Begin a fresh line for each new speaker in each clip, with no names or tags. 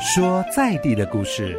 说在地的故事。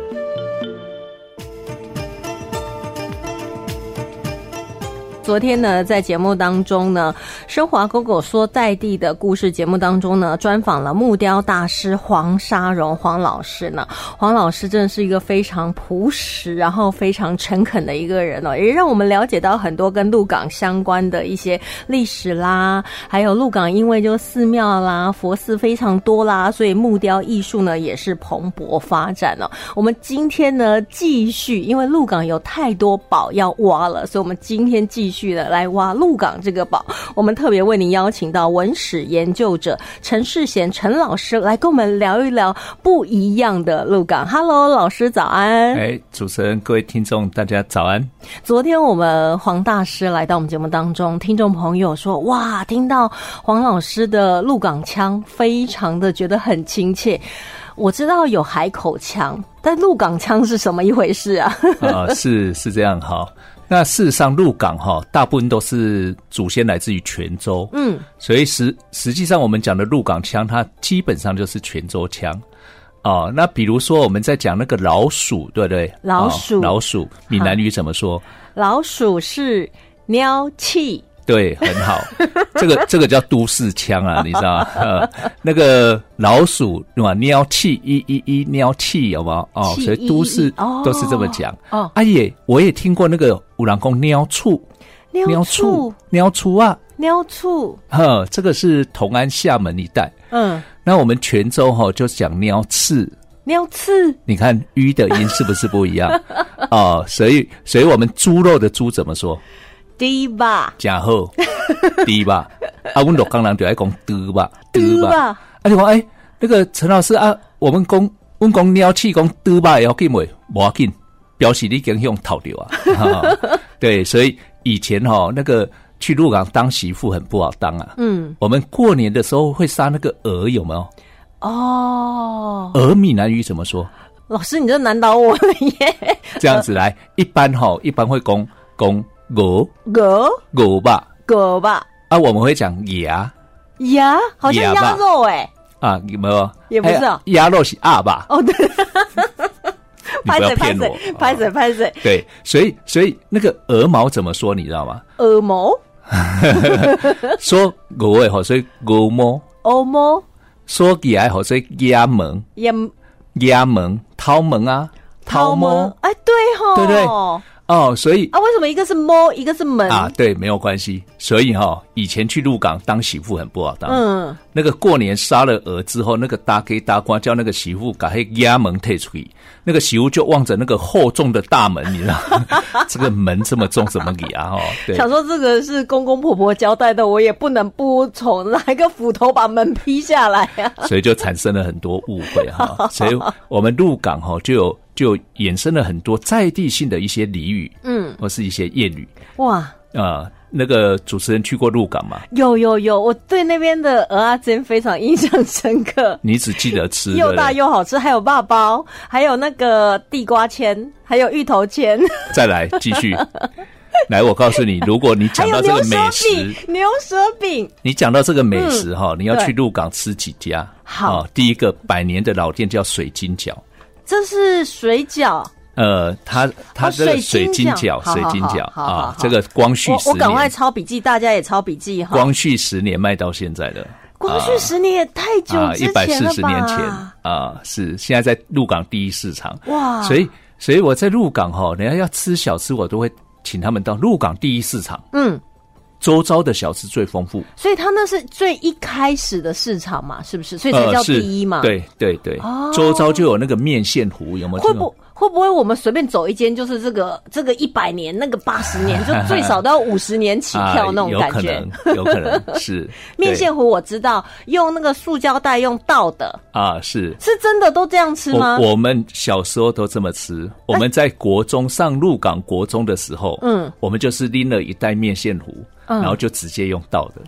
昨天呢，在节目当中呢，生华狗狗说在地的故事节目当中呢，专访了木雕大师黄沙荣黄老师呢。黄老师真的是一个非常朴实，然后非常诚恳的一个人哦，也让我们了解到很多跟鹿港相关的一些历史啦，还有鹿港因为就寺庙啦、佛寺非常多啦，所以木雕艺术呢也是蓬勃发展哦。我们今天呢继续，因为鹿港有太多宝要挖了，所以我们今天继续的来挖鹿港这个宝。我们特别为您邀请到文史研究者陈世贤陈老师来跟我们聊一聊不一样的鹿港。Hello，老师早安。
哎，主持人，各位听众，大家早安。
昨天我们黄大师来到我们节目当中，听众朋友说：“哇，听到黄老师的鹿港腔，非常的觉得很亲切。”我知道有海口腔，但鹿港腔是什么一回事啊？
啊、是是这样哈。那事实上，鹿港哈，大部分都是祖先来自于泉州，
嗯，
所以实实际上我们讲的鹿港腔，它基本上就是泉州腔。哦，那比如说我们在讲那个老鼠，对不对？
老鼠
哦老鼠，闽南语怎么说？
老鼠是喵气，
对，很好， 这个这个叫都市腔啊，你知道吗？ 呃那个老鼠对吧？喵气一一一喵气，好不好？哦，
气
所以都市
一一哦
都是这么讲。
哦
啊也，我也听过那个五郎公喵醋，
喵
喵
醋
醋，，喵醋啊，
喵醋，
呵，这个是同安厦门一带。
嗯，
那我们泉州哈、就讲喵刺，
喵刺，
你看“鱼”的音是不是不一样？ 哦，所以所以我们猪肉的“猪”怎么说？
低 吧，
假后低吧，啊，阮洛江人就爱讲猪吧，
低
猪吧，
吧，
啊，就讲哎，那个陈老师啊，我们讲，阮讲鸟气讲猪吧会要紧袂？无要紧，表示你已经用头掉啊。 哈对，所以以前哈、那个去鹿港当媳妇很不好当啊。
嗯，
我们过年的时候会杀那个鹅，有没有？
哦，
鹅闽南语怎么说？
老师你这难倒我了耶，
这样子来，一般哈、一般会讲讲鹅
狗
鹅吧，
狗吧，
啊，我们会讲鸭。
鸭好像
鸭吧
鸭肉哎，
啊，有没有？
也不是哦
哎鸭肉是二吧？
哦对，
你不要
拍
骗我
水，拍水，
啊
拍水，
对，所以所以那个鹅毛怎么说？你知道吗？
耳毛，嗯
说鹅诶吼，所以鹅毛；
欧毛，
说起来吼，所以鸭毛、
也
鸭毛、掏毛啊、毛。
哎，对吼，
对不对
啊，
哦，所以
为什么一个是猫，一个是门？
啊，对，没有关系。所以哈、以前去鹿港当媳妇很不好当。
嗯，
那个过年杀了鹅之后，那个大给大官叫那个媳妇把那鸭门退出去，那个媳妇就望着那个厚重的大门，你知道， 这个门这么重怎么给啊？哦，对，
想说这个是公公婆婆交代的，我也不能不从，拿一个斧头把门劈下来啊！
所以就产生了很多误会哈、 所以我们入港哈、就有就有衍生了很多在地性的一些俚语，
嗯，
或是一些谚语
哇，
啊、那个主持人去过入港嘛？
有有有，我对那边的鹅啊煎非常印象深刻，
你只记得吃，对
又
不
大
对？
又好吃，还有霸包，还有那个地瓜签，还有芋头签，
再来继续。来，我告诉你，如果你
还
讲
有
到这
牛
个
舌
美食，
饼，牛舌饼。
你讲到这个美食哈、你要
嗯对
去鹿港吃几家？
好
哦第一个百年的老店叫水晶饺，
这是水饺，
呃，它它
哦
这个
水
水
晶
晶
饺
饺，
好
水
好
晶
好
饺
好好
啊
好，
这个光绪
我
十
我赶快
年，
抄笔记，大家也抄笔记哈。
光绪十年卖到现在的
光绪十年也太久
啊，
之
一百
前
四
了
十
吧？
年前啊，是现在在鹿港第一市场，
哇！
所以所以我在鹿港哈、人家要吃小吃，我都会请他们到鹿港第一市场，
嗯，
周遭的小吃最丰富，
所以它那是最一开始的市场嘛，是不是？所以才
呃
叫
是
第一嘛。，
对对对
哦，
周遭就有那个面线糊，有没有？
会不会不会我们随便走一间就是这个这个一百年，那个八十年，就最少都要五十年起
啊，
跳那种感觉。
有可能，有可 能是
面线
对
糊我知道，用那个塑胶袋用倒的，
啊，是。
是真的都这样吃吗？
我我们小时候都这么吃。我们在国中上鹿港国中的时候，
嗯，
我们就是拎了一袋面线糊，
嗯
然后就直接用倒的。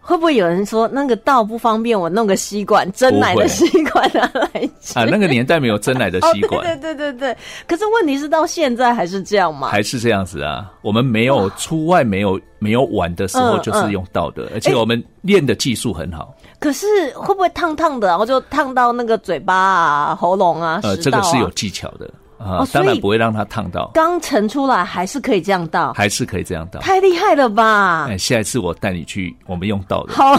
会不会有人说那个道不方便，我弄个吸管，蒸奶的吸管拿来吃？
啊，那个年代没有真奶的 吸管，
哦，对对对对对。可是问题是到现在还是这样嘛？
还是这样子啊。我们没有出外，没有没有玩的时候
嗯哎
就是用到的，而且我们练的技术很好。
可是会不会烫烫的，然后啊就烫到那个嘴巴啊、喉咙啊、
呃，
食
这
道
个是有
啊？
技巧的啊
哦，所
当
以
然不会让它烫到，
刚盛出来还是可以这样倒，
还是可以这样到。
太厉害了吧
哎，？下一次我带你去，我们用到的。
好，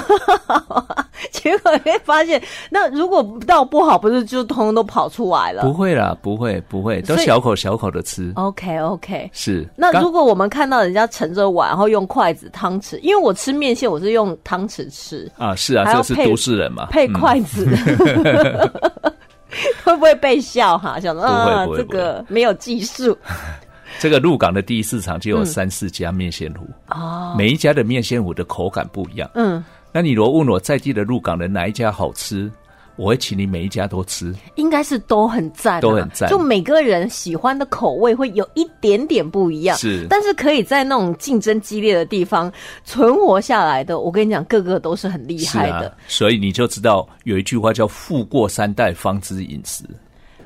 结果会发现，那如果倒不好，不是就通通都跑出来
不
了
会啦，不会，不会，都
所以
小口小口的吃。
？OK OK。
是，
那
刚
如果我们看到人家盛着碗，然后用筷子、汤匙，因为我吃面线我是用汤匙吃，
啊是啊，
还
这
要
个是
配
都市人嘛，
配
嗯
筷子， 会不会被笑哈？想说
不会
啊
不，会
这个没有技术
这个鹿港的第一市场就有
嗯
三四家面线糊，
哦，
每一家的面线糊的口感不一样。
嗯，
那你如果问我在地的鹿港人哪一家好吃，我会请你每一家都吃。
应该是都很赞啊，
都很赞
就每个人喜欢的口味会有一点点不一样，
是
但是可以在那种竞争激烈的地方存活下来的，我跟你讲，个个都是很厉
是
害
啊
的。，
所以你就知道有一句话叫“富过三代方知饮食”，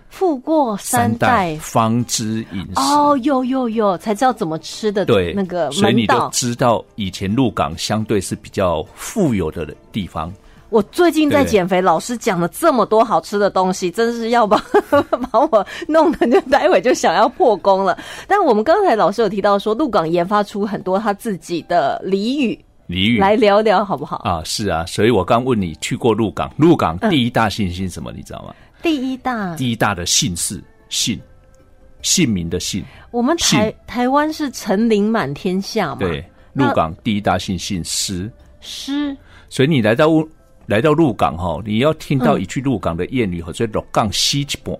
富过三代
代方知饮食。
哦，有有有，才知道怎么吃的
对，
那个
所以
门
你就
道。
知道以前鹿港相对是比较富有的地方，
我最近在
对
减肥，老师讲了这么多好吃的东西，真是要把 把我弄得就待会就想要破功了。但我们刚才老师有提到说，鹿港研发出很多他自己的俚语，
俚语
来聊聊好不好？
嗯啊，是啊，所以我刚问你去过鹿港，
嗯
鹿港第一大姓姓什么？你知道吗？
第一大，
第一大的姓氏姓，姓名的姓，
我们台
姓
台湾是陈林满天下嘛，
对，鹿
那
港第一大姓姓施，
诗
所以你来到乌来到鹿港哈，你要听
嗯
到一句鹿港的谚语，或者鹿港西一半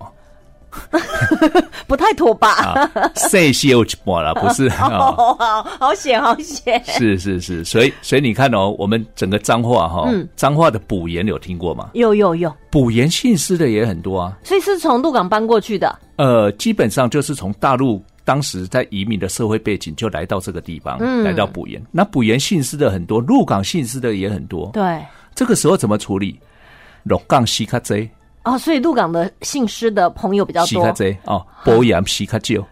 不太妥吧？
啊，西西有一半 啦，不是啊。
嗯哦，好 好险，好险！
是是是，所以所以你看哦，我们整个彰化哈、
嗯
彰化的补盐有听过吗？
有有有，
补盐姓施的也很多啊，
所以是从鹿港搬过去的。
呃，基本上就是从大陆当时在移民的社会背景就来到这个地方，
嗯
来到补盐。那补盐姓氏的很多，鹿港姓氏的也很多。
对，
这个时候怎么处理？鹿港西卡贼，
哦，所以鹿港的姓施的朋友比较
西
多
卡。贼哦，波阳西卡旧，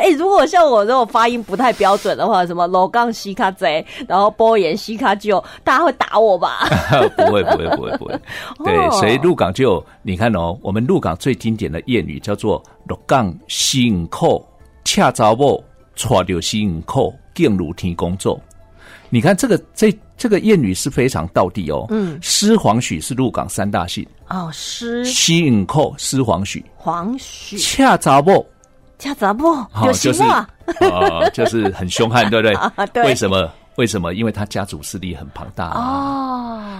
哎、如果像我这种发音不太标准的话，什么鹿港西卡贼，然后波岩西卡舅，大家会打我吧？
不会不会不会不
哦
会。对，所以鹿港就有你看哦，我们鹿港最经典的谚语叫做“鹿港辛苦恰查某，娶着辛苦更如天公作”。你看这个这这个谚语是非常道地哦。嗯，师黄许是鹿港三大姓，
哦，施
辛苦师黄许，
黄许
恰查某
恰杂布
好哦
有啊
就
行
是
吗？
呃，就是很凶悍，对不对？
对
为什么？为什么？因为他家族势力很庞大啊。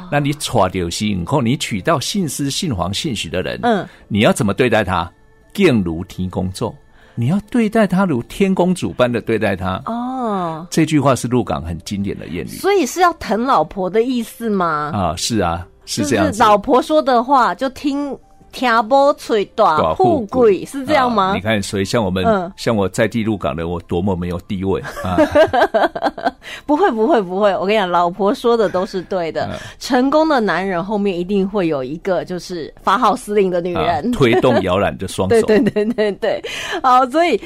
哦，
那你娶到姓后，你娶到姓施、姓黄、姓许的人，
嗯，
你要怎么对待他？更如天公咒，你要对待他如天公主般的对待他。
哦，
这句话是鹿港很经典的谚语
所以是要疼老婆的意思吗？
啊，是啊，是
就
这样子。
老婆说的话就听，听波吹短
寡
富
妇
贵是这样吗？
啊你看，所以像我们，
嗯
像我在地鹿港的，我多么没有地 位啊！
不会不会不会，我跟你讲，老婆说的都是对的。
嗯
成功的男人后面一定会有一个就是发号施令的女
啊
人。
推动摇篮的双手，
对对对对对，好，所以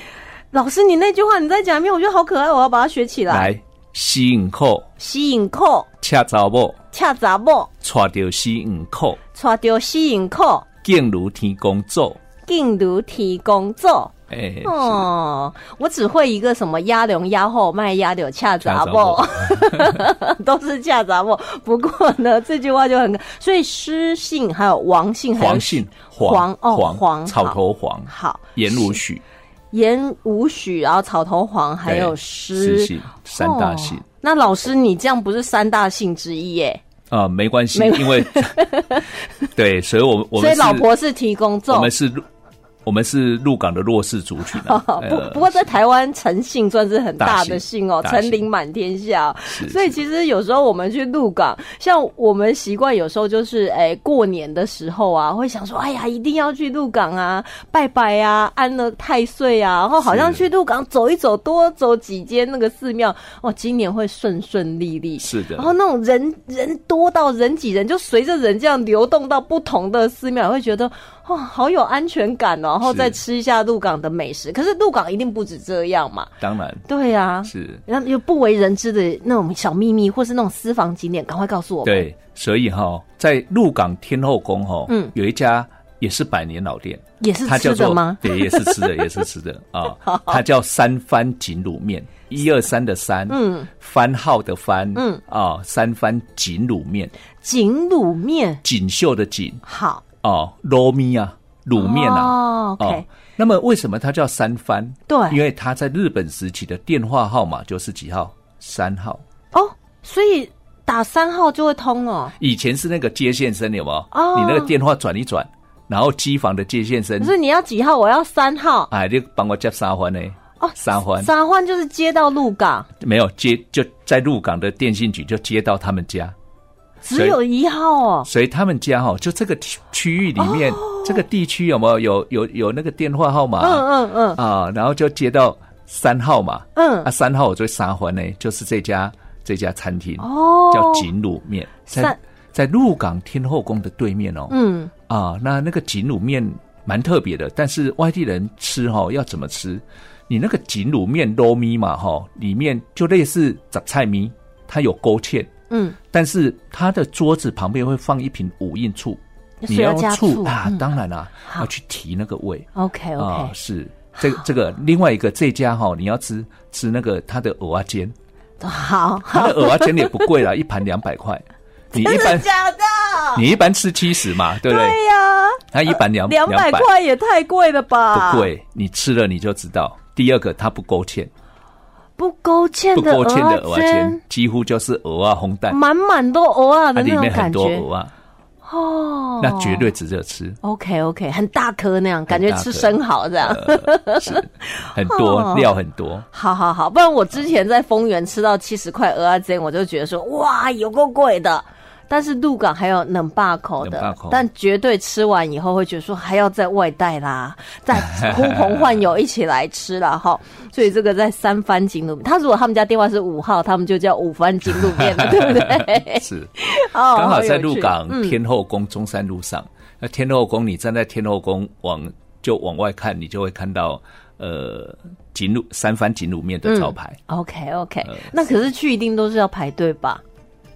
老师你那句话你再讲一遍，我觉得好可爱，我要把它学起来。
来吸引扣，
吸引扣，
恰查某，
恰杂某，
娶到吸引扣，
抓到吸引扣，
更如天公咒。
进如提供做。
哎、
哦，我只会一个什么鸭笼、鸭后卖鸭柳、恰
恰
杂
杂
货， 都是恰杂货。不过呢， 这句话就很可，所以诗姓还有王姓还有
黄姓
黄哦
黄
黄
草头黄
好
颜如许
言无许，然后草头黄，还有
对
诗
诗姓三大姓
哦那老师，你这样不是三大姓之一耶？
啊、没关系
没，
因为对，所以我们我
所
们
以
是
老婆是提供
我
众
们是鹿我们是鹿港的弱势族群啊。
不不过在台湾诚信算是很大的信哦，
大信
成林满天下哦。
呃是
所以其实有时候我们去鹿港，像我们习惯有时候就是，哎、过年的时候啊，会想说，哎呀，一定要去鹿港啊，拜拜啊，安了太岁啊，然后好像
是
去鹿港走一走，多走几间那个寺庙，哦，今年会顺顺利利。
是的
然，后那种人人多到人挤人，就随着人这样流动到不同的寺庙，会觉得哦，好有安全感哦。然后
是
再吃一下鹿港的美食，可是鹿港一定不止这样嘛？
当然
对啊，
是。
然后有不为人知的那种小秘密，或是那种私房景点，赶快告诉我们。
对，所以哈、在鹿港天后宫哈、
嗯
有一家也是百年老店，
也是
它叫
吃的
做
吗？
对，也是吃的，也是吃 的啊、它叫三番锦卤面，一二三的三，
嗯，
番号的番，
嗯
啊、三番锦卤面，
锦卤面
锦绣的锦
好，
哦，捞咪啊，卤面啊，
哦，OK，、
那么为什么它叫三番？
对
因为它在日本时期的电话号码就是几号？三号。
哦，所以打三号就会通哦。
以前是那个接线生，有没有？
哦
你那个电话转一转，然后机房的接线生
可，是你要几号？我要三号
哎，就帮我接三环呢。
哦，
三环
三换就是接到鹿港，
没有接，就在鹿港的电信局就接到他们家，
只有一号哦。
所以他们家哦，就这个区区域里面，这个地区有没有有有有那个电话号码？
嗯嗯
啊，然后就接到三号嘛，
嗯
啊，
嗯，
三号我最三环呢，就是这家这家餐厅
哦，
叫锦卤面，在
三
在鹿港天后宫的对面哦。
嗯，
啊，那那个锦卤面蛮特别的，但是外地人吃哈、要怎么吃？你那个锦卤面捞咪嘛哈、里面就类似杂菜咪，它有勾芡，
嗯，
但是它的桌子旁边会放一瓶五印醋，你
所以要
用
加
醋
醋
啊，
嗯
当然啦、
好
要去提那个味。
OK
啊
OK，，
是这个这个另外一个这家哈、你要吃吃那个它的蚵仔煎，
好，
它的蚵仔煎也不贵啦，一盘两百块。你一
真的
般
假的？
你一般吃七十嘛，对不对？
对呀，
它一盘两
两百
200
块也太贵了吧？
不，贵，你吃了你就知道。第二个，它不勾芡，
不勾芡
不
的啊
勾芡的
蚵
蚵仔煎，几乎就是蚵啊烘蛋，
满满都蚵啊
它
的
里
哦那种
面很
感
多
觉
蚵啊，
哦，
那绝对值得 吃。
OK OK，很大颗那样，感觉
大
吃
颗
生蚝这样。
呃是很
哦
多料很多，
好好好，不然我之前在丰原吃到七十块鹅啊煎，我就觉得说哇有够贵的。但是鹿港还有冷霸口
冷霸
的
口，
但绝对吃完以后会觉得说还要再外带啦， 再呼朋唤友一起来吃啦哈。所以这个在三番锦路，他如果他们家电话是五号，他们就叫五番锦路面 了，对不对？
是
哎哦
刚好在
有趣
鹿港
嗯
天后宫中山路上。那天后宫，你站在天后宫往就往外看，你就会看到呃锦卤三番锦卤面的招牌。
OK OK，、那可是去一定都是要排队吧？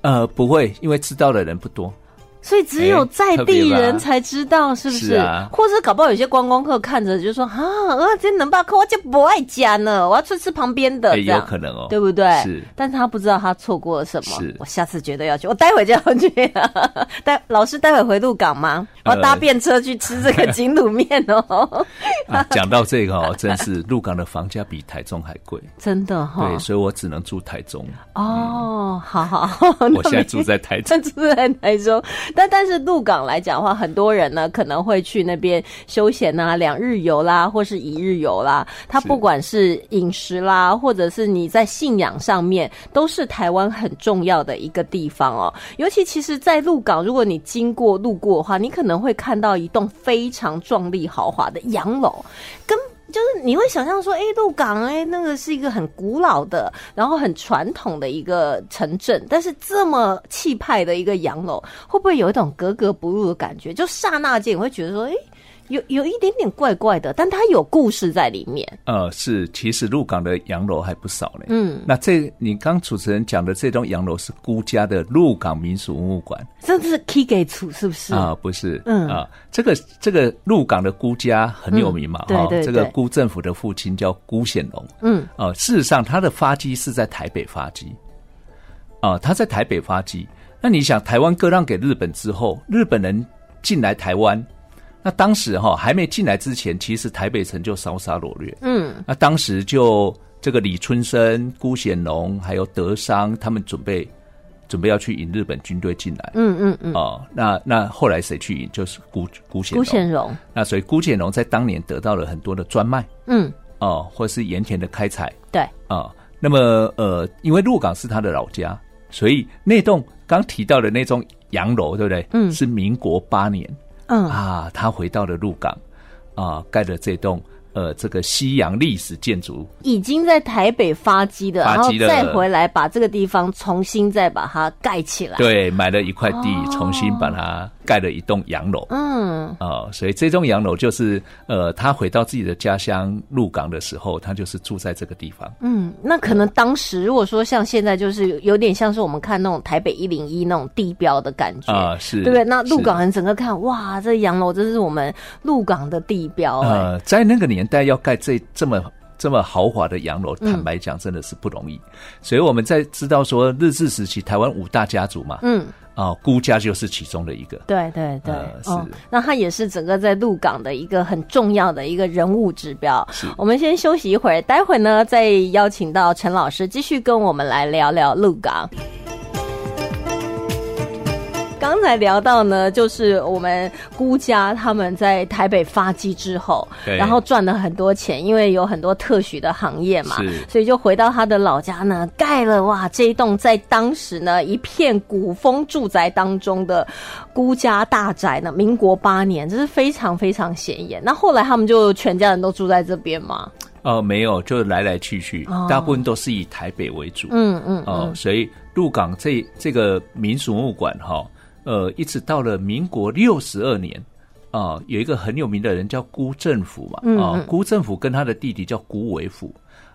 呃，不会，因为知道的人不多。
所以只有在地
哎特别
人
吧
才知道，是不是？
是啊
或者搞不好有些观光客看着就说啊，啊，这能把可我就不爱加呢，我要去吃旁边
哎
的，呃这
有
样、
可能哦，
对不对？
是
但是他不知道他错过了什么
是。
我下次绝对要去，我待会就要去。待老师待会回鹿港吗？我
呃
要搭便车去吃这 个锦卤面哦，
啊，讲到这个哦，真是鹿港的房价比台中还贵，
真的哈、
对，所以我只能住台中。
哦，好好，那
我现在
没
住在台中，
甚至在台中，但但是鹿港来讲的话，很多人呢可能会去那边休闲啊，两日游啦，或是一日游啦。它
是
不管是饮食啦，或者是你在信仰上面，都是台湾很重要的一个地方哦。尤其其实，在鹿港，如果你经过路过的话，你可能会看到一栋非常壮丽豪华的洋楼，跟就是你会想象说，哎、鹿港，哎、那个是一个很古老的，然后很传统的一个城镇，但是这么气派的一个洋楼，会不会有一种格格不入的感觉？就刹那间，你会觉得说，哎、有有一点点怪怪的，但它有故事在里面。
呃，是，其实鹿港的洋楼还不少呢。
嗯，
那这你刚主持人讲的这栋洋楼是孤家的鹿港民俗文物馆
这是 key 给处是不是？
啊，不是？
嗯
啊，这个这个鹿港的孤家很有名嘛，
嗯
哈
对对
这个
对
辜政府的父亲叫辜显荣，
嗯，
呃，事实上他的发迹是在台北发迹，啊、他在台北发迹。那你想，台湾割让给日本之后，日本人进来台湾，那当时哈、还没进来之前，其实台北城就烧杀掳掠，
嗯，
那当时就这个李春生、辜显荣还有德商他们准备准备要去引日本军队进来。
嗯嗯嗯，
哦，那那后来谁去引？就是辜辜显
辜
荣。
显荣，
那所以辜显荣在当年得到了很多的专卖
嗯，
哦，或是盐田的开采
对，
啊。那么呃，因为鹿港是他的老家，所以那栋刚提到的那栋洋楼，对不对？
嗯
是民国八年
嗯
啊，他回到了鹿港啊，盖了这栋呃这个西洋历史建筑
已经在台北发迹的，
发
然后
迹了
再回来把这个地方重新再把它盖起来。，
对，买了一块地，
哦
重新把它盖了一栋洋楼。
嗯
哦，所以这栋洋楼就是，呃，他回到自己的家乡鹿港的时候，他就是住在这个地方。
嗯，那可能当时如果说像现在，就是有点像是我们看那种台北一零一那种地标的感觉。
啊、是，
对不对？那鹿港
是
人整个看，哇，这洋楼真是我们鹿港的地标、哎
呃，在那个年代要盖这这么这么豪华的洋楼，
嗯
坦白讲真的是不容易。所以我们在知道说日治时期台湾五大家族嘛，
嗯，
啊、辜家就是其中的一个。
对对对，
呃
哦
是，
那他也是整个在鹿港的一个很重要的一个人物指标
是。
我们先休息一会儿，待会呢再邀请到陈老师继续跟我们来聊聊鹿港。刚才聊到呢，就是我们孤家他们在台北发迹之后，
对
然后赚了很多钱，因为有很多特许的行业嘛，
是
所以就回到他的老家呢，盖了哇这一栋在当时呢一片古风住宅当中的孤家大宅呢，民国八年，这是非常非常显眼。那后来他们就全家人都住在这边嘛，
哦，没有，就来来去去，
哦
大部分都是以台北为主。
嗯嗯
哦
嗯，，
所以鹿港这这个民俗物馆哈、呃，一直到了民国六十二年啊、有一个很有名的人叫辜振甫嘛，
嗯
啊、
嗯
辜振甫跟他的弟弟叫辜维甫，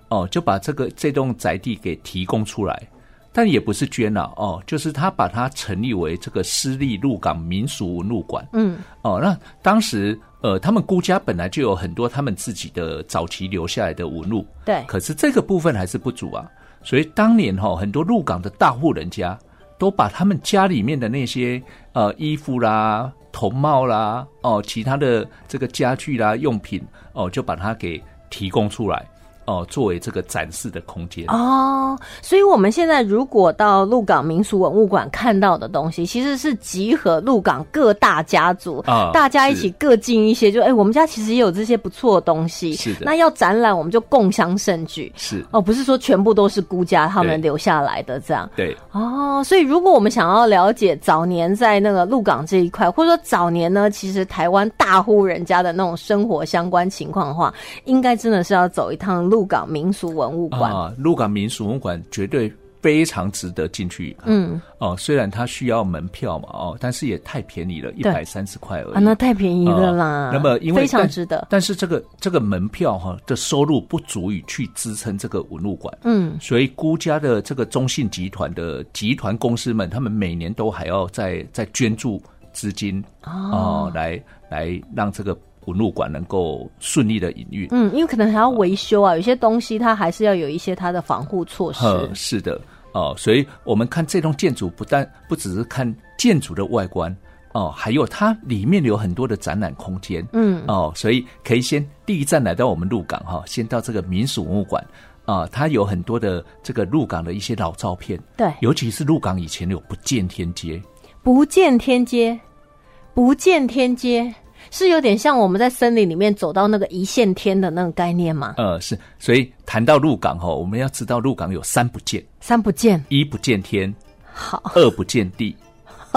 哦，就把这个这栋宅地给提供出来，但也不是捐了、哦，就是他把它成立为这个私立鹿港民俗文物馆，
嗯，
哦，那当时呃，他们辜家本来就有很多他们自己的早期留下来的文物，
对，
可是这个部分还是不足啊，所以当年哈、很多入港的大户人家都把他们家里面的那些呃衣服啦、头帽啦、哦其他的这个家具啦、用品哦，就把它给提供出来哦，作为这个展示的空间。
哦，所以我们现在如果到鹿港民俗文物馆看到的东西，其实是集合鹿港各大家族，
啊
大家一起各进一些，就哎、我们家其实也有这些不错的东西，
是的
那要展览，我们就共襄盛举。
是，
哦，不是说全部都是孤家他
对
们留下来的这样
对，
哦，所以如果我们想要了解早年在那个鹿港这一块，或者说早年呢，其实台湾大户人家的那种生活相关情况的话，应该真的是要走一趟鹿港民俗文物馆。
啊，鹿港民俗文物馆绝对非常值得进去一看。
嗯
哦，虽然它需要门票嘛，哦，但是也太便宜了，一百三十块而已。
啊，那太便宜了啦。
呃那么因为
非常
但
值得。
但是这个这个门票哈、的收入不足以去支撑这个文物馆，
嗯，
所以辜家的这个中信集团的集团公司们，他们每年都还要再再捐助资金哦、来来让这个文物馆能够顺利的营运。
嗯，因为可能还要维修啊，有些东西它还是要有一些它的防护措施。
呃，是的，哦、所以我们看这栋建筑，不但不只是看建筑的外观哦、还有它里面有很多的展览空间，
嗯，
哦，所以可以先第一站来到我们鹿港哈、先到这个民俗文物馆啊、它有很多的这个鹿港的一些老照片，
对，
尤其是鹿港以前有不见天街，
不见天街，不见天街是有点像我们在森林里面走到那个一线天的那种概念嘛？
呃，是，所以谈到鹿港哈、我们要知道鹿港有三不见：
三不见，
一不见天，
好，
二不见 地，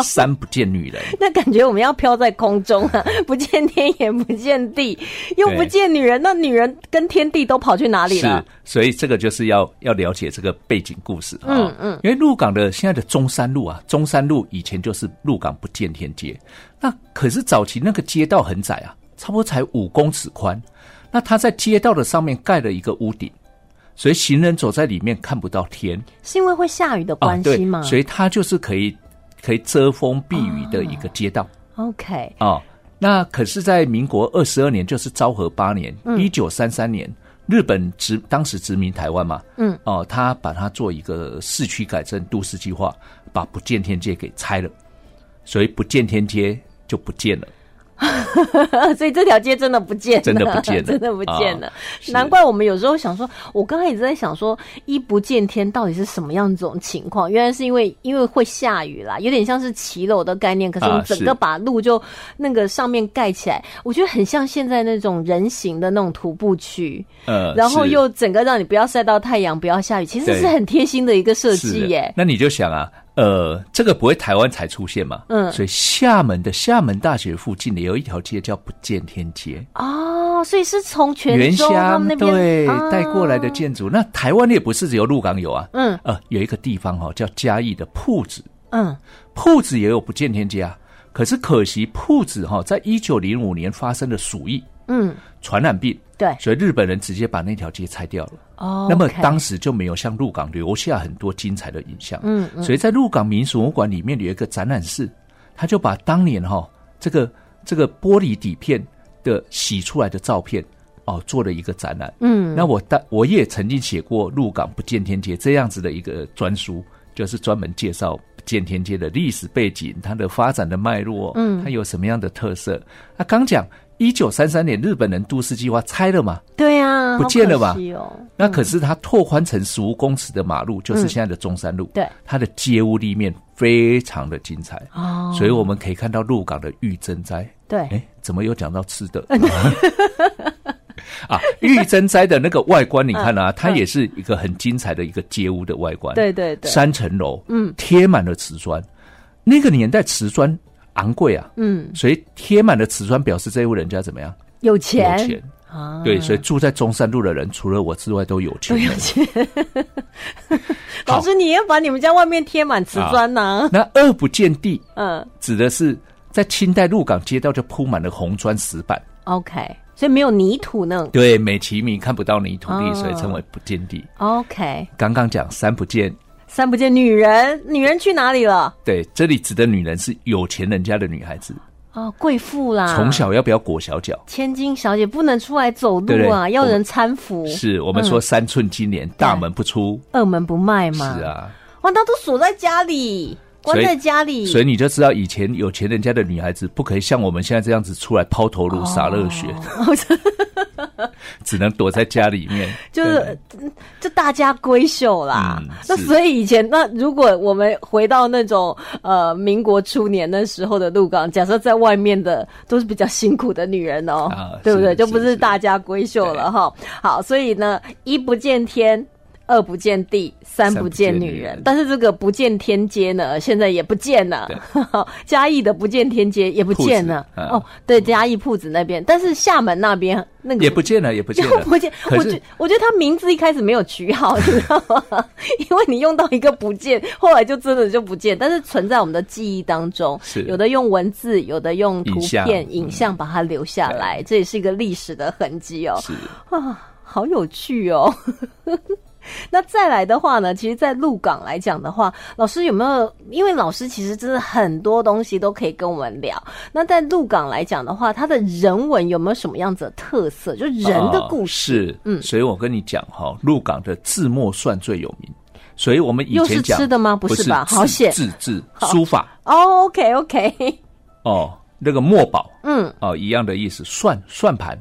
三不见女人。
那感觉我们要飘在空中 啊，不见天也不见地，又不见女人，那女人跟天地都跑去哪里了？
是，所以这个就是要要了解这个背景故事啊、嗯嗯，因为鹿港的现在的中山路啊，中山路以前就是鹿港不见天街，那可是早期那个街道很窄啊，差不多才五公尺宽，那它在街道的上面盖了一个屋顶，所以行人走在里面看不到天
是因为会下雨的
啊，
关系
对
吗、，
所以它就是可以可以遮风避雨的一个街道。
o k
哦，那可是，在民国二十二年，就是昭和八年，
嗯
一九三三年，日本殖当时殖民台湾嘛，
嗯，
哦，他把它做一个市区改正都市计划，把不见天街给拆了，所以不见天街就不见了。
所以这条街真的不见了，
真的不见了
真的不见了。
啊是
难怪我们有时候想说，我刚才一直在想说，一不见天到底是什么样这种情况？原来是因为因为会下雨啦，有点像是骑楼的概念，可是我们
啊
整
是
个把路就那个上面盖起来，我觉得很像现在那种人行的那种徒步区，
呃，
然后
是
又整个让你不要晒到太阳，不要下雨，其实
对
是很贴心的一个设
是
计
的
耶。
那你就想啊，呃，这个不会台湾才出现嘛？
嗯
所以厦门的厦门大学附近有一条街叫不见天街，
哦，所以是从泉
原
州他
乡
们那边
对
啊
带过来的建筑。那台湾也不是只有鹿港有啊，
嗯
呃，有一个地方哦叫嘉义的铺子，
嗯
铺子也有不见天街啊。可是可惜铺子哈、在一九零五年发生了鼠疫
嗯，
传染病，
对
所以日本人直接把那条街拆掉了。
哦。
那么
OK
当时就没有像鹿港留下很多精彩的影像。
嗯
所以在鹿港民俗文馆里面有一个展览室，他就把当年哈、这个这个玻璃底片的洗出来的照片哦做了一个展览。
嗯，
那我当我也曾经写过鹿港不见天街这样子的一个专书，就是专门介绍不见天街的历史背景、它的发展的脉络，
嗯
它有什么样的特色。那刚讲一九三三年日本人都市计划拆了嘛，
对呀、
不
好
见
可
了吧
惜哦、
那可是它拓宽成十五公尺的马路，就是现在的中山路。
对，
它的街屋立面非常的精彩，
哦，
所以我们可以看到鹿港的玉珍斋。
对，
哎，怎么又讲到吃 的？ 啊，玉珍斋的那个外观，你看啊，它也是一个很精彩的一个街屋的外观。
嗯对对对，
三层楼，
嗯，
贴满了瓷砖。那个年代瓷砖昂贵啊，
嗯，
所以贴满了瓷砖，表示这户人家怎么样？
有
有
钱
钱。
啊，
对，所以住在中山路的人，除了我之外都有钱
都有
人。
钱。
好
老师，你要把你们家外面贴满瓷砖呐、
那二不见地
嗯
指的是在清代鹿港街道就铺满了红砖石板，
，OK，所以没有泥土那种。
对，美其名看不到泥土
哦
地，所以称为不见地。
OK，
刚刚讲三不见，
三不见女人，女人去哪里了？
对，这里指的女人是有钱人家的女孩子，
哦，贵妇啦，
从小要不要裹小脚？
千金小姐不能出来走路啊，
对
要人搀扶，
是我们说三寸金莲，大门不出。
二门不迈嗯嘛。
是，啊，
哇，那都锁在家里，
所
关
以
在家里，
所以你就知道以前有钱人家的女孩子不可以像我们现在这样子出来抛头
哦
颅洒热 血，只能躲在家里面。
就是就大家闺秀啦。
嗯
那
是
所以以前，那如果我们回到那种呃民国初年那时候的鹿港，假设在外面的都是比较辛苦的女人哦，
啊
对不对？
是
就不
是
是
是
大家闺秀了哈。好，所以呢，一不见天。二不见地，三
三
不
不
见
见
女
女
人。
人
但是这个不见天街呢，现在也不见了。 嘉义的不见天街也不
铺子
见了。
啊
哦，对，嘉义铺子那边，但是厦门那边那个
也不见了，也不见
就
了，
不见，
可
我
是
觉我觉得他名字一开始没有取好，你知道吗？ 因为你用到一个不见，后来就真的就不见，但是存在我们的记忆当中。
是
有的用文字，有的用图
影像
片、
嗯
影像把它留下来，这也是一个历史的痕迹哦。
是
啊，好有趣哦。 那再来的话呢，其实，在鹿港来讲的话，老师有没有？因为老师其实真的很多东西都可以跟我们聊。那在鹿港来讲的话，它的人文有没有什么样子的特色？就人的故事，
哦是，
嗯
嗯，所以我跟你讲哈，鹿港的字墨算最有名，所以我们以
又是
前讲
吃的吗不是吧
字
好险
字字书法
哦，OK，OK、o k OK，
哦，那个墨宝
嗯，
哦，一样的意思，算算盘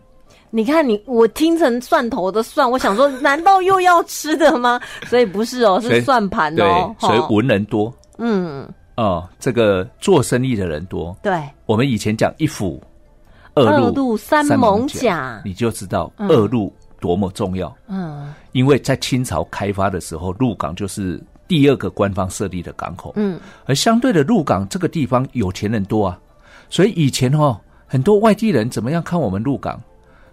你看你我听成蒜头的蒜，我 想说，难道又要吃的吗？所以不是哦，
所
是
以
算盘
对
哦，，
所
齁
以文人多
嗯，
哦，这个做生意的人多。
对，
我们以前讲一府二
二
路
路三艋甲
你就知道二路多么重要，
嗯
因为在清朝开发的时候，鹿港就是第二个官方设立的港口。
嗯，
而相对的，鹿港这个地方有钱人多啊，所以以前哦，很多外地人怎么样看我们鹿港？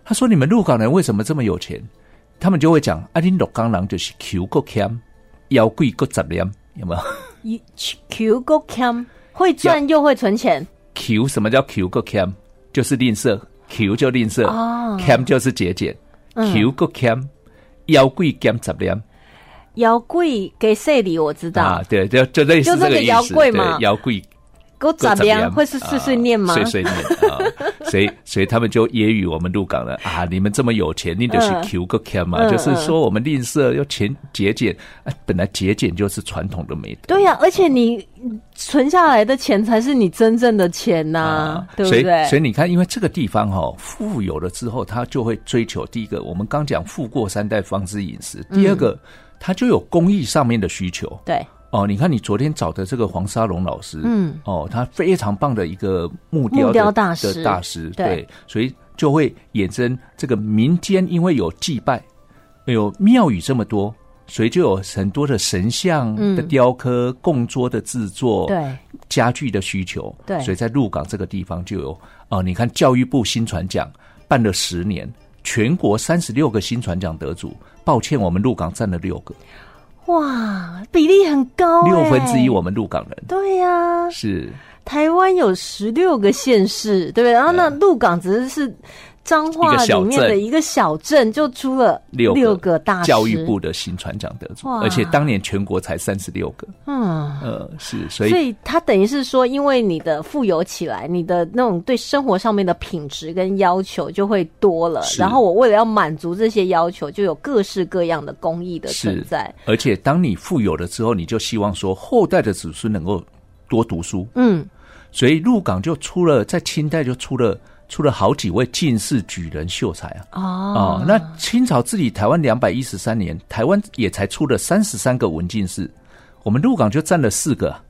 他说：“你们鹿港人为什么这么有钱？”他们就会讲：“啊，恁鹿港人就是穷够俭，腰贵够杂念，有没有？
一 Q Go Cam 会赚又会存钱
穷什么叫穷够俭？就是吝啬，穷就吝啬，
哦嗯
俭、就是节俭，穷够俭，腰贵俭杂念
摇柜给 C 里我知道
啊，，对，就就类似
就这
这
个
个意
摇
思，
柜
对
嘛
摇柜
够咋
怎么
样？
样？
会是碎碎念吗？
碎碎念啊，所以所以他们就揶揄我们入港了啊！你们这么有钱，你得
嗯
是 Q 个 K 嘛，
嗯
就是说我们吝啬，要钱节俭、啊，本来节俭就是传统的美德。
对呀、而且你存下来的钱才是你真正的钱呐、啊对不
啊所以
对？
所以你看，因为这个地方哈、哦，富有了之后，他就会追求第一个，我们刚讲富过三代方知饮食；
嗯
第二个，他就有工艺上面的需求。
对，
哦，你看你昨天找的这个黄沙龙老师，
嗯，
哦，他非常棒的一个木雕的
木雕大师
的大师，
对
对，所以就会衍生这个民间，因为有祭拜，有庙宇这么多，所以就有很多的神像
嗯
的雕刻、供桌的制作、
对，
家具的需求，
对
所以在鹿港这个地方就有哦、你看教育部新传奖办了十年，全国三十六个新传奖得主，抱歉，我们鹿港占了六个，
哇，比例很高、欸，
六分之一我们鹿港人。
对呀、
是，
台湾有十六个县市，对不对？然后那鹿港只是彰化里面的一个小镇，就出了
六个
个大师
教育，部的新传奖得主，
哇
而且当年全国才三十六个，
嗯。
呃，是，所
所
以
以它等于是说，因为你的富有起来，你的那种对生活上面的品质跟要求就会多了。
是
然后我为了要满足这些要求，就有各式各样的工艺的存
是
在。，
而且当你富有了之后，你就希望说后代的子孙能够多读书，
嗯，
所以入港就出了，在清代就出了出了好几位进士、举人、秀才啊。
哦，
哦，那清朝治理台湾两百一十三年，台湾也才出了三十三个文进士，我们入港就占了四个啊，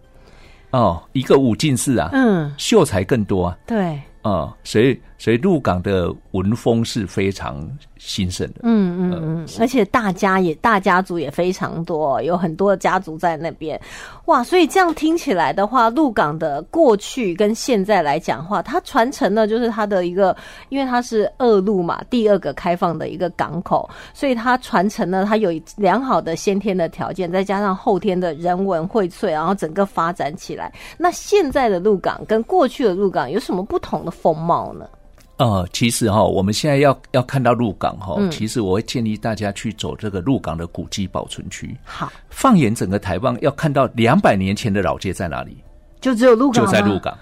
哦，一个武进士啊，
嗯，
秀才更多啊，
对，
啊、所以所以鹿港的文风是非常兴盛的。
嗯嗯嗯，而且大家也大家族也非常多，有很多家族在那边，哇！所以这样听起来的话，鹿港的过去跟现在来讲的话，它传承的就是它的一个，因为它是二路嘛，第二个开放的一个港口，所以它传承了它有良好的先天的条件，再加上后天的人文荟萃，然后整个发展起来。那现在的鹿港跟过去的鹿港有什么不同的风貌呢？
呃，其实哈、我们现在要要看到鹿港哈、
嗯
其实我会建议大家去走这个鹿港的古迹保存区。
好，
放眼整个台湾，要看到两百年前的老街在哪里，
就只有鹿港
就
吗，
在
哦
鹿港，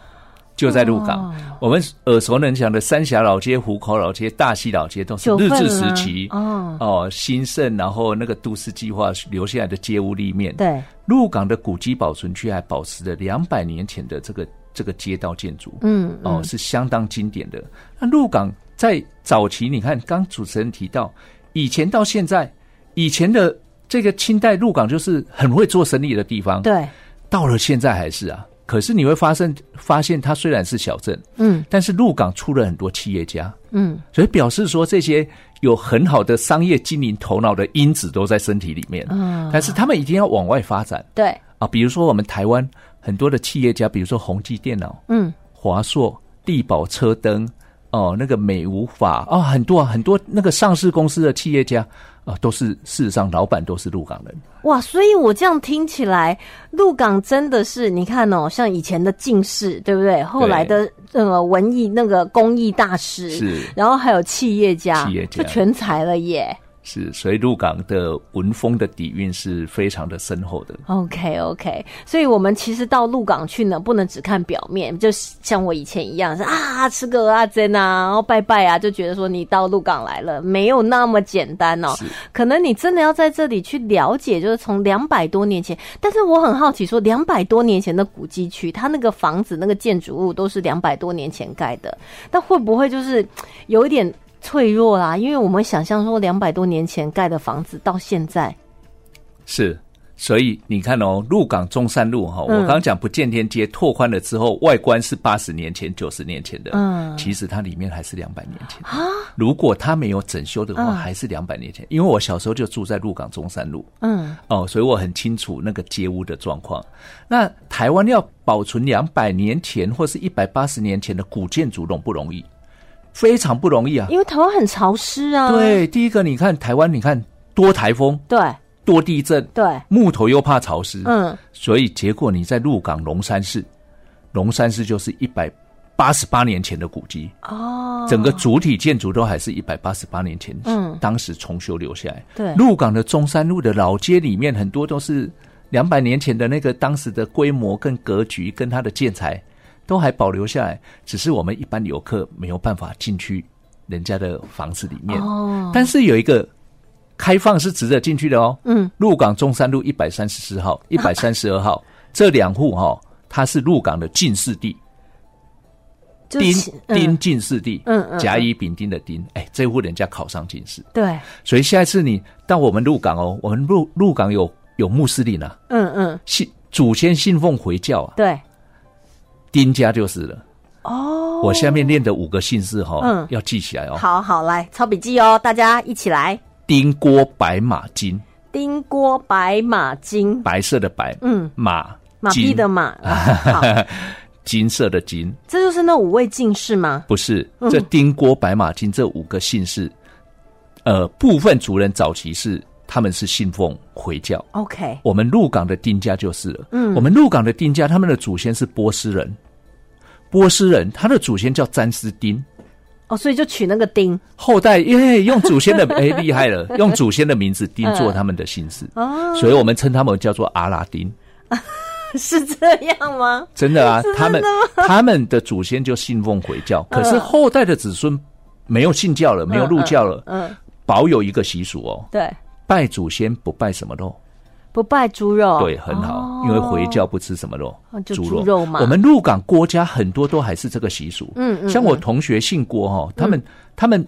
就在鹿港。我们耳熟能详的三峡老街、湖口老街、大溪老街，都是
九
日
份
治时
啦
期
哦，
哦兴盛，然后那个都市计划留下来的街屋立面。
对，
鹿港的古迹保存区还保持着两百年前的这个这个街道建筑，
嗯，嗯
哦，是相当经典的。那鹿港在早期，你看刚主持人提到，以前到现在，以前的这个清代鹿港就是很会做生意的地方，
对，
到了现在还是啊。可是你会发现，发现它虽然是小镇，
嗯
但是鹿港出了很多企业家，
嗯，
所以表示说这些有很好的商业经营头脑的因子都在身体里面，
啊
但是他们一定要往外发展。
对，
啊，比如说我们台湾很多的企业家，比如说宏基电脑、
嗯
华硕、地宝车灯，哦，那个美无法，哦，很多啊很多那个上市公司的企业家啊，都是事实上老板都是鹿港人，
哇，所以我这样听起来，鹿港真的是你看哦，像以前的进士，对不对？后来的呃文艺那个工艺大师，
是
然后还有企业家，
企业家
就全才了耶。
是，所以鹿港的文风的底蕴是非常的深厚的。
OK OK，所以我们其实到鹿港去呢，不能只看表面，就像我以前一样，是啊吃个蚵仔煎啊，然后拜拜啊，就觉得说你到鹿港来了，没有那么简单哦。可能你真的要在这里去了解，就是从两百多年前，但是我很好奇说，两百多年前的古迹区，它那个房子、那个建筑物都是两百多年前盖的，那会不会就是有一点脆弱啦？因为我们想象说，两百多年前盖的房子到现在，
是，所以你看哦，鹿港中山路哈、我
嗯
刚刚讲不见天街拓宽了之后，外观是八十年前、九十年前的，
嗯
其实它里面还是两百年前啊。如果它没有整修的话，
嗯
还是两百年前。因为我小时候就住在鹿港中山路
嗯，
哦，所以我很清楚那个街屋的状况。那台湾要保存两百年前或是一百八十年前的古建筑，容不容易？非常不容易啊！
因为台湾很潮湿啊，
对，第一个你看台湾，你看多台风、
对
多地震，
对，
木头又怕潮湿，
嗯，
所以结果你在鹿港龙山寺，龙山寺就是一百八十八年前的古迹，
哦，
整个主体建筑都还是一百八十八年前，
嗯
当时重修留下来。
对
鹿港的中山路的老街里面很多都是两百年前的那个当时的规模跟格局跟它的建材都还保留下来，只是我们一般游客没有办法进去人家的房子里面。
哦，
但是有一个开放是值得进去的哦，
嗯，
鹿港中山路一百三十四号、 一百三十二号这两户哈、它是鹿港的进士地，
就
丁
是
丁
嗯
进士地，
嗯嗯
甲乙丙丁的丁，哎，这户人家考上进士，
对，
所以下一次你到我们鹿港哦，我们鹿鹿港有有穆斯林啊，
嗯嗯，
信祖先信奉回教啊，
对，
丁家就是了。
哦，
我下面念的五个姓氏哈、
嗯
要记起来哦。
好好来抄笔记哦，大家一起来。
丁郭白马金，
丁锅白马金，
白色的白，
嗯，
马
马屁
金
的马，啊 好，
金色的金，
这就是那五位进士吗？
不是
嗯
这丁郭白马金这五个姓氏，呃，部分族人早期是他们是信奉回教。
OK，
我们鹿港的丁家就是了，
嗯
我们鹿港的丁家，他们的祖先是波斯人，波斯人他的祖先叫詹斯丁，
哦，所以就取那个丁
后代耶用祖先的哎厉害了，用祖先的名字丁做他们的姓氏，
嗯哦，
所以我们称他们叫做阿拉丁。
是这样吗？嗯
真的啊，他们他们的祖先就信奉回教，可是后代的子孙没有信教了，没有入教了，
嗯，
保有一个习俗哦，
对，
拜祖先不拜什么肉，
不拜猪肉，
对，很好
哦，
因为回教不吃什么肉
哦，就
猪
猪肉嘛
我们鹿港郭家很多都还是这个习俗，
嗯嗯
像我同学姓郭哦，他们他们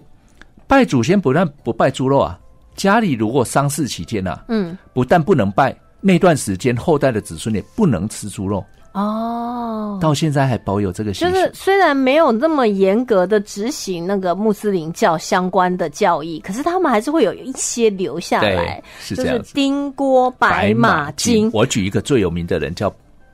拜祖先不但不拜猪肉啊，家里如果丧事期间啊，
嗯，
不但不能拜，那段时间后代的子孙也不能吃猪肉，
哦。
到现在还保有这个习
就
俗。
是虽然没有那么严格的执行那个穆斯林教相关的教义，可是他们还是会有一些留下来
对，是
就
这
是
样子
丁锅白马金，
我举一个最有名的人，叫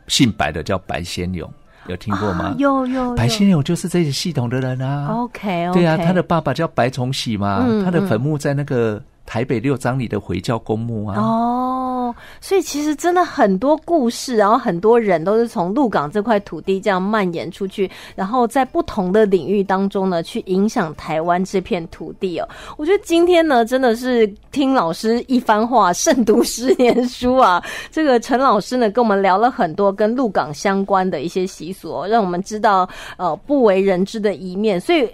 姓白的，叫白先勇，有听过吗
啊？有有有
白先勇就是这个系统的人啊。
OK OK，
对啊，他的爸爸叫白崇禧嘛，
嗯
他的坟墓在那个台北六张里的回教公墓啊。
哦，所以其实真的很多故事，然后很多人都是从鹿港这块土地这样蔓延出去，然后在不同的领域当中呢，去影响台湾这片土地哦。我觉得今天呢，真的是听老师一番话，胜读十年书啊。 这个陈老师呢，跟我们聊了很多跟鹿港相关的一些习俗、哦，让我们知道呃不为人知的一面。所以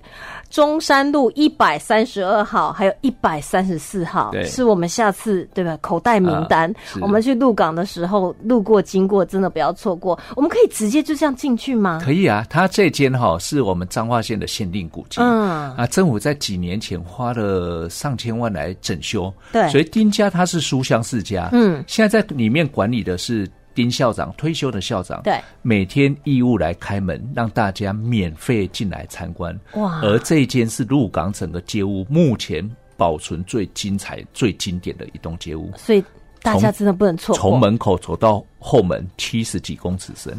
中山路一百三十二号还有一百三十四号
对
是我们下次对吧口袋名单，
啊是
我们去鹿港的时候路过经过，真的不要错过。我们可以直接就这样进去吗？
可以啊，他这间哈、是我们彰化县的限定古迹。
嗯
啊，政府在几年前花了上千万来整修，
对
所以丁家他是书香世家，
嗯，
现在在里面管理的是丁校长，退休的校长，
对，
每天义务来开门，让大家免费进来参观，
哇
而这一间是鹿港整个街屋目前保存最精彩、最经典的一栋街屋，
所以大家
从
真的不能错过。
从门口走到后门七十几公尺深，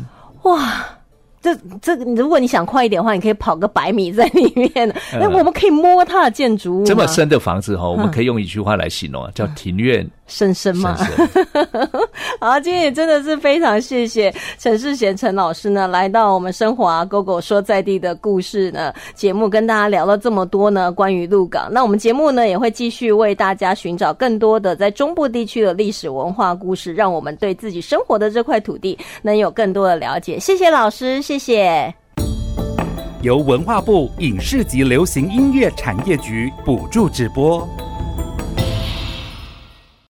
哇，这这，如果你想快一点的话，你可以跑个百米在里 面。那我们可以摸它的建筑物吗
嗯这么深的房子哦哈、我们可以用一句话来形
嗯
容啊，叫庭院
深深
深
吗？
深。
好，今天也真的是非常谢谢陈世贤陈老师呢，来到我们生活啊 GoGo 说在地的故事呢节目，跟大家聊了这么多呢关于鹿港。那我们节目呢也会继续为大家寻找更多的在中部地区的历史文化故事，让我们对自己生活的这块土地能有更多的了解。谢谢老师，谢谢。
由文化部影视及流行音乐产业局补助直播。